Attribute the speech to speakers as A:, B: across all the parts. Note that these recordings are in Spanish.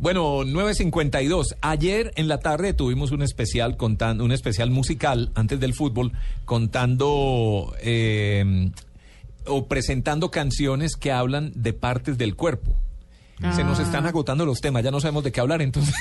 A: Bueno, 9.52. Ayer en la tarde tuvimos un especial contando, un especial musical antes del fútbol, contando eh, o presentando canciones que hablan de partes del cuerpo. Se nos están agotando los temas, ya no sabemos de qué hablar entonces.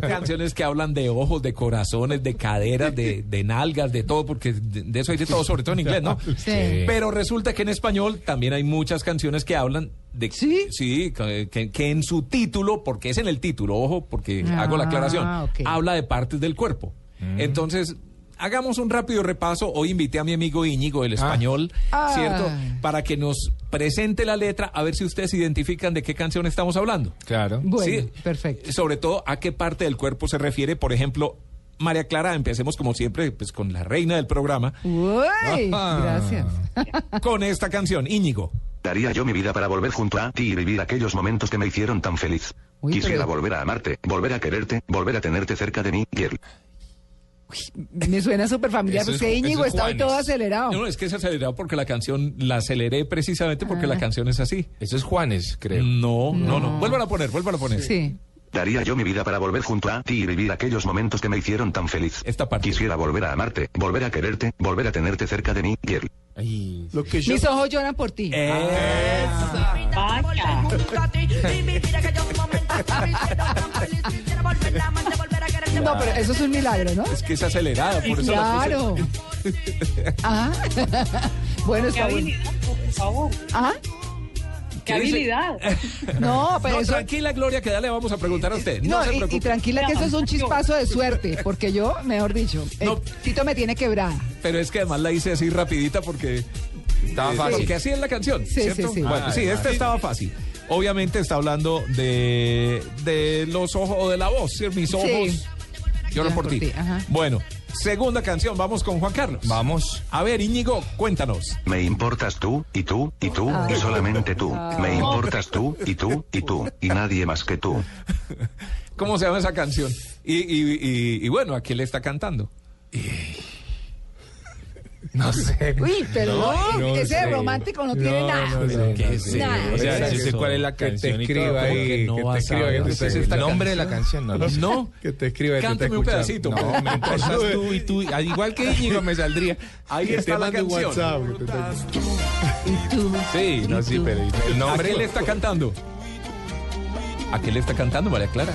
A: Canciones que hablan de ojos, de corazones, de caderas, de, de nalgas, de todo, porque de, de eso hay de todo, sobre todo en inglés, ¿no? Pero resulta que en español también hay muchas canciones que hablan de... Sí. que, que- que en su título, porque es en el título, ojo, porque hago la aclaración,
B: Ah, ok. Mm.
A: habla de partes del cuerpo. Entonces... Hagamos un rápido repaso. Hoy invité a mi amigo Íñigo, el español, ¿cierto?
B: Ah.
A: Para que nos presente la letra, a ver si ustedes identifican de qué canción estamos hablando.
C: Claro.
B: Bueno,
A: Sí.
B: perfecto.
A: Sobre todo a qué parte del cuerpo se refiere, por ejemplo, María Clara, empecemos como siempre pues con la reina del programa,
B: Uy,
C: Ah.
B: gracias.
A: con esta canción, Íñigo.
D: Daría yo mi vida para volver junto a ti y vivir aquellos momentos que me hicieron tan feliz.
B: Uy,
D: Quisiera
B: pero-
D: volver a amarte, volver a quererte, volver a tenerte cerca de mí, girl.
B: Me suena súper familiar,
C: Eso es-
B: porque
C: eso
B: pues, Íñigo
C: es
B: está hoy
C: Juanes.
B: todo acelerado.
A: No, es que es acelerado porque la canción la aceleré precisamente porque
B: Ah.
A: la canción es así.
C: Eso es Juanes, creo.
A: No, no, no. Vuelvan a poner, vuelvan a poner.
B: Sí.
D: Daría yo mi vida para volver junto a ti y vivir aquellos momentos que me hicieron tan feliz.
A: Esta parte.
D: Quisiera volver a amarte, volver a quererte, volver a tenerte cerca de mí, girl.
C: Ay.
B: Mis ojos lloran por ti.
A: Eh,
B: Ah. No, pero eso es un milagro, ¿no?
A: es que es acelerada, por eso la puse.
B: Claro. Ajá. Bueno, está bueno.
E: por favor.
B: Ajá.
E: ¡Qué
A: ¿Qué dice?
E: habilidad!
B: No, pero
A: No,
B: eso.
A: tranquila, Gloria, que ya le vamos a preguntar a usted. No,
B: No,
A: se
B: y- y,
A: preocupe.
B: tranquila que eso es un chispazo de suerte, porque yo, mejor dicho, el
A: No.
B: Tito me tiene quebrada.
A: Pero es que además la hice así rapidita porque...
C: Estaba
A: eh,
C: fácil.
A: Porque así es la canción,
B: Sí,
A: ¿cierto?
B: sí, sí.
A: Bueno,
C: Ah,
A: sí,
C: claro.
A: esta estaba fácil. Obviamente está hablando de, de los ojos o de la voz, ¿sí? mis
B: Sí.
A: ojos. Yo
B: Lloran
A: por
B: por
A: ti.
B: ti, ajá.
A: Bueno, segunda canción, vamos con Juan Carlos.
C: Vamos.
A: A ver, Íñigo, cuéntanos.
D: Me importas tú, y tú, y tú, y solamente tú. Me importas tú, y tú, y tú, y nadie más que tú.
A: ¿Cómo se llama esa canción? Y, y- y- y bueno, ¿a quién le está cantando?
C: No sé.
B: Uy, perdón,
C: No, no
B: ese
C: sé.
B: romántico no tiene
C: No,
B: nada.
C: no, no,
F: ¿Qué
C: no,
F: es
C: sí.
B: eso?
C: O sea, yo sé
F: Eso,
C: cuál es la
F: que te
C: canción y todo, pero
F: escriba ahí,
C: que
F: que
C: no
F: te
C: vas a
F: escriba, que te
C: saber.
F: escriba.
C: El nombre de la canción no lo sé.
A: No.
F: Que te escriba y te
A: Cántame
F: esté
A: un
F: escuchando.
A: pedacito, por
F: No,
C: pues.
A: favor.
F: me importas tú y tú. al Igual que Íñigo me saldría.
A: Ahí
F: Que
A: está
F: te
A: la
F: mande un
A: canción.
F: WhatsApp, que te- Sí, no, sí, pero el
A: ¿A
F: nombre
A: quién le está cantando? ¿A quién le está cantando, María Clara?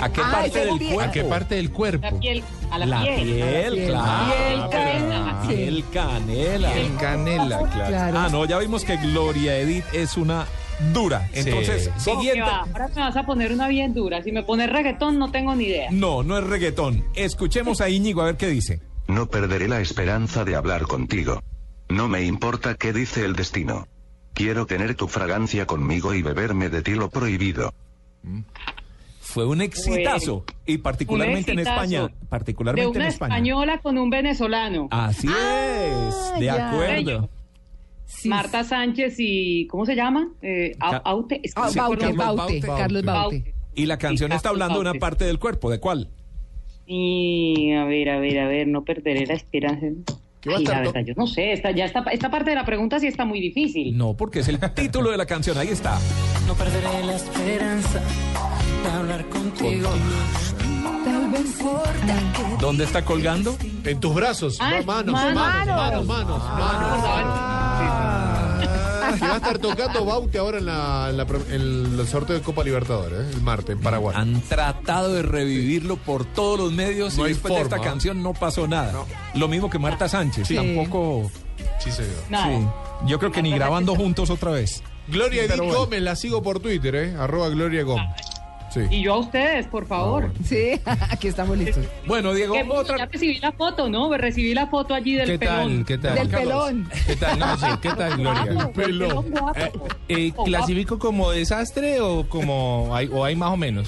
A: ¿A qué
B: Ah, ese
A: parte del
B: gobierno.
A: cuerpo?
F: ¿A qué parte del
E: La
F: cuerpo?
E: piel, a la,
A: La piel, Ah,
B: piel.
A: claro.
E: Piel canela.
B: Sí.
A: Piel canela.
F: En Canela, claro.
B: Claro.
A: Ah, no, ya vimos que Gloria Edith es una dura.
F: Sí.
A: Entonces,
E: No, ¿qué
A: siguiente.
E: va? Ahora me vas a poner una bien dura. Si me pones reggaetón, no tengo ni idea.
A: No, no es reggaetón. Escuchemos a Íñigo a ver qué dice.
D: No perderé la esperanza de hablar contigo. No me importa qué dice el destino. Quiero tener tu fragancia conmigo y beberme de ti lo prohibido.
A: Fue un exitazo. Y particularmente
E: Un exitazo.
A: en España.
E: De
A: Particularmente
E: una
A: en España. Ah,
E: española con un venezolano.
A: Así es. De
B: Ah, ya.
A: acuerdo.
B: Sí,
E: Marta Sánchez y. ¿cómo se llama? Eh,
A: Ca-
E: Au- Aute. Es que
B: Ah,
E: no me
B: Baute,
E: acuerdo.
B: Baute,
F: Baute.
B: Carlos Baute.
A: Y la canción
E: Sí,
A: está hablando de una
E: Baute.
A: parte del cuerpo. ¿De cuál?
E: Y a ver, a ver, a ver, no perderé la esperanza. Ay, la verdad, yo no sé, esta, ya está, esta parte de la pregunta sí está muy difícil.
A: No, porque es el título de la canción. Ahí está.
G: No perderé la esperanza de hablar contigo.
B: Tal vez
A: ¿Dónde está colgando?
F: En tus brazos.
E: Ah,
F: manos, manos,
E: manos.
F: manos, manos, manos.
E: Ah.
F: Que va a estar tocando Baute ahora en, la, en, la pre- en el sorteo de Copa Libertadores, ¿eh? el martes, en Paraguay.
A: Han tratado de revivirlo por todos los medios
F: No
A: y
F: hay
A: después de
F: forma. ¿ah?
A: esta canción no pasó nada. Lo mismo que Marta Sánchez.
B: Sí.
A: Tampoco.
F: Sí, señor.
E: Nada.
A: sí. Yo creo que ni grabando juntos otra vez.
F: Gloria Edith
A: bueno.
F: Gómez, la sigo por Twitter, ¿eh? Arroba Gloria Gómez. Sí.
E: Y yo a ustedes, por favor.
B: Sí, aquí estamos listos.
A: Bueno, Diego,
E: Que,
A: otra.
E: Ya recibí la foto, ¿no? Recibí la foto allí del
C: ¿Qué
E: pelón.
C: tal? ¿Qué tal?
B: Del
C: Carlos?
B: pelón.
C: ¿Qué tal? No, sí, ¿qué tal, Gloria?
E: Guapo, güey,
F: pelón.
E: pelón guapo.
C: Eh,
E: O guapo.
C: ¿Clasifico como desastre o como hay, o hay más o menos?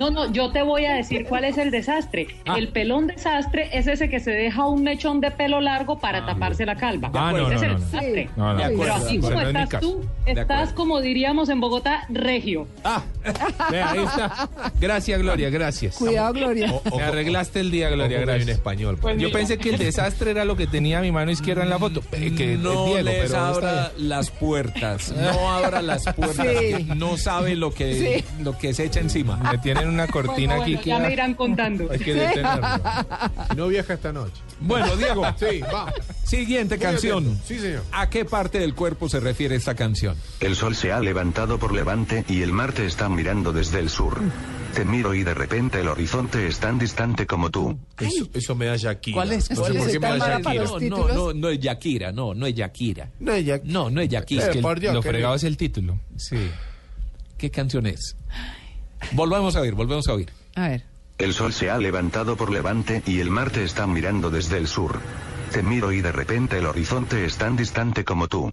E: No, no, yo te voy a decir cuál es el desastre.
C: Ah.
E: El pelón desastre es ese que se deja un mechón de pelo largo para taparse la calva.
C: Ah, no, no,
E: Ese es el
C: no, no.
E: desastre.
B: Sí.
C: No, no.
A: De
E: Pero
A: acuerdo,
E: así
A: de
E: como
C: acuerdo. No es mi
E: estás tú,
A: De
E: estás
A: acuerdo.
E: como diríamos en Bogotá, regio.
C: Ah, vea, ahí está. Gracias, Gloria, gracias.
B: Cuidado, Gloria.
A: Oh,
C: Me arreglaste el día, Gloria,
F: Ojo que
A: pues.
F: hay un
C: gracias.
F: español.
E: Pues
F: por
C: Yo pensé que el desastre era lo que tenía mi mano izquierda en la foto. Eh, Que es
A: no
C: Diego,
A: les
C: pero está
A: abra
C: bien.
A: las puertas, no abra las puertas,
B: Sí.
A: no sabe lo que,
B: Sí.
A: lo que se echa encima.
C: Me tienen una cortina
E: Bueno,
C: aquí
E: bueno,
C: que
E: ya me irán contando.
F: Hay que detenerlo. Si No viaja esta noche.
A: Bueno, Diego,
F: Sí, va.
A: siguiente canción.
F: Sí, señor.
A: ¿A qué parte del cuerpo se refiere esta canción?
D: El sol se ha levantado por levante y el mar te está mirando desde el sur. Te miro y de repente el horizonte es tan distante como tú.
F: Eso, eso me da Shakira.
A: ¿Cuál es?
F: No sé
A: ¿Cuál
F: por
B: es?
F: qué me
B: Está
F: da
B: mala para
F: Shakira.
B: los
A: No, no,
B: títulos.
A: no, no es Yakira, no, no es Yakira.
F: No es Shakira.
A: No, no es
C: Es
A: Yakira.
C: que
F: Eh, por Dios,
C: lo
F: qué
C: fregado
F: rico.
C: es el título.
A: Sí. ¿Qué canción es? Volvamos a oír, volvemos a oír.
B: A ver.
D: El sol se ha levantado por levante y el mar te está mirando desde el sur. Te miro y de repente el horizonte es tan distante como tú.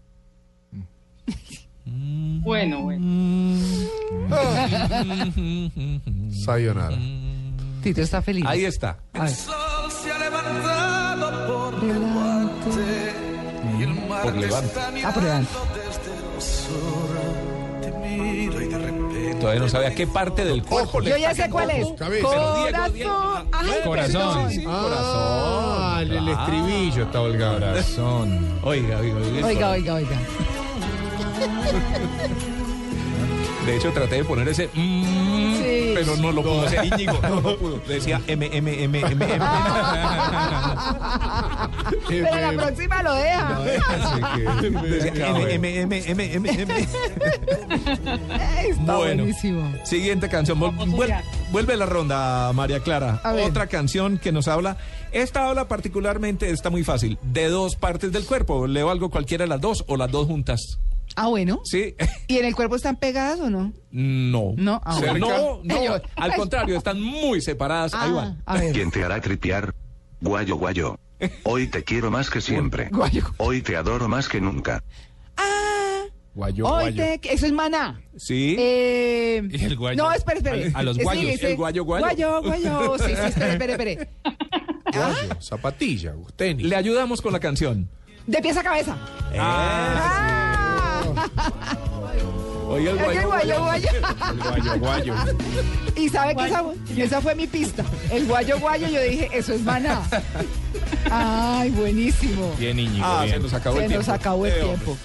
E: Bueno, bueno.
F: Sayonara.
B: Tito está feliz.
A: Ahí está. Por levante.
B: Ah, pero vean,
A: Todavía no sabe a qué parte del cuerpo le
B: Yo ya sé cuál es.
F: Ojos, cabeza. Pero
A: Diego, Diego,
B: Corazón. Ay,
C: Corazón.
B: perdón.
F: Ah, el, el estribillo está holgado.
C: Corazón.
A: Oiga, oiga, oiga.
B: Oiga, oiga, oiga.
A: De hecho, traté de poner ese. mm,
B: Sí.
A: Pero no lo pudo hacer Íñigo. No lo pudo. Decía M, M, M, M, M.
B: Pero la próxima lo deja.
A: Decía M, M, M, M, M, M.
B: Ay, Está
A: Bueno.
B: buenísimo.
A: Siguiente canción. Vol-
E: Vamos
A: vuel-
E: allá.
A: vuelve la ronda, María Clara.
B: A ver.
A: Otra canción que nos habla. Esta habla particularmente, está muy fácil, de dos partes del cuerpo. Leo algo cualquiera de las dos o las dos juntas.
B: Ah, bueno.
A: ¿Sí?
B: ¿Y en el cuerpo están pegadas o no?
A: No.
B: No, ah,
A: Cerca. no,
B: bueno.
A: no. Al contrario, están muy separadas. Ahí
B: Ah,
A: van.
B: a ver.
D: ¿Quién te hará tripear? Guayo, guayo. Hoy te quiero más que siempre.
B: Guayo.
D: Hoy te adoro más que nunca.
B: Ah,
C: Guayo,
B: hoy
C: guayo.
B: te... Eso es maná.
A: Sí.
B: Eh,
C: Y el guayo.
B: No, espere, espere.
A: A- a los
B: Eh,
A: guayos. El guayo, guayo.
B: Guayo, guayo. Sí, sí, espere, espere, espere.
F: Guayo, zapatilla, tenis.
A: Le ayudamos con la canción.
B: De pies a cabeza. Ah,
A: Oye, el
B: el guayo, guayo.
C: El guayo, guayo.
B: Y sabe que esa, esa fue mi pista. El guayo, guayo, yo dije, eso es maná. Ay, buenísimo.
C: Bien, Íñigo,
A: Ah,
C: bien.
A: se nos acabó el
B: Se
A: tiempo.
B: nos acabó el
A: Eh, hombre.
B: tiempo.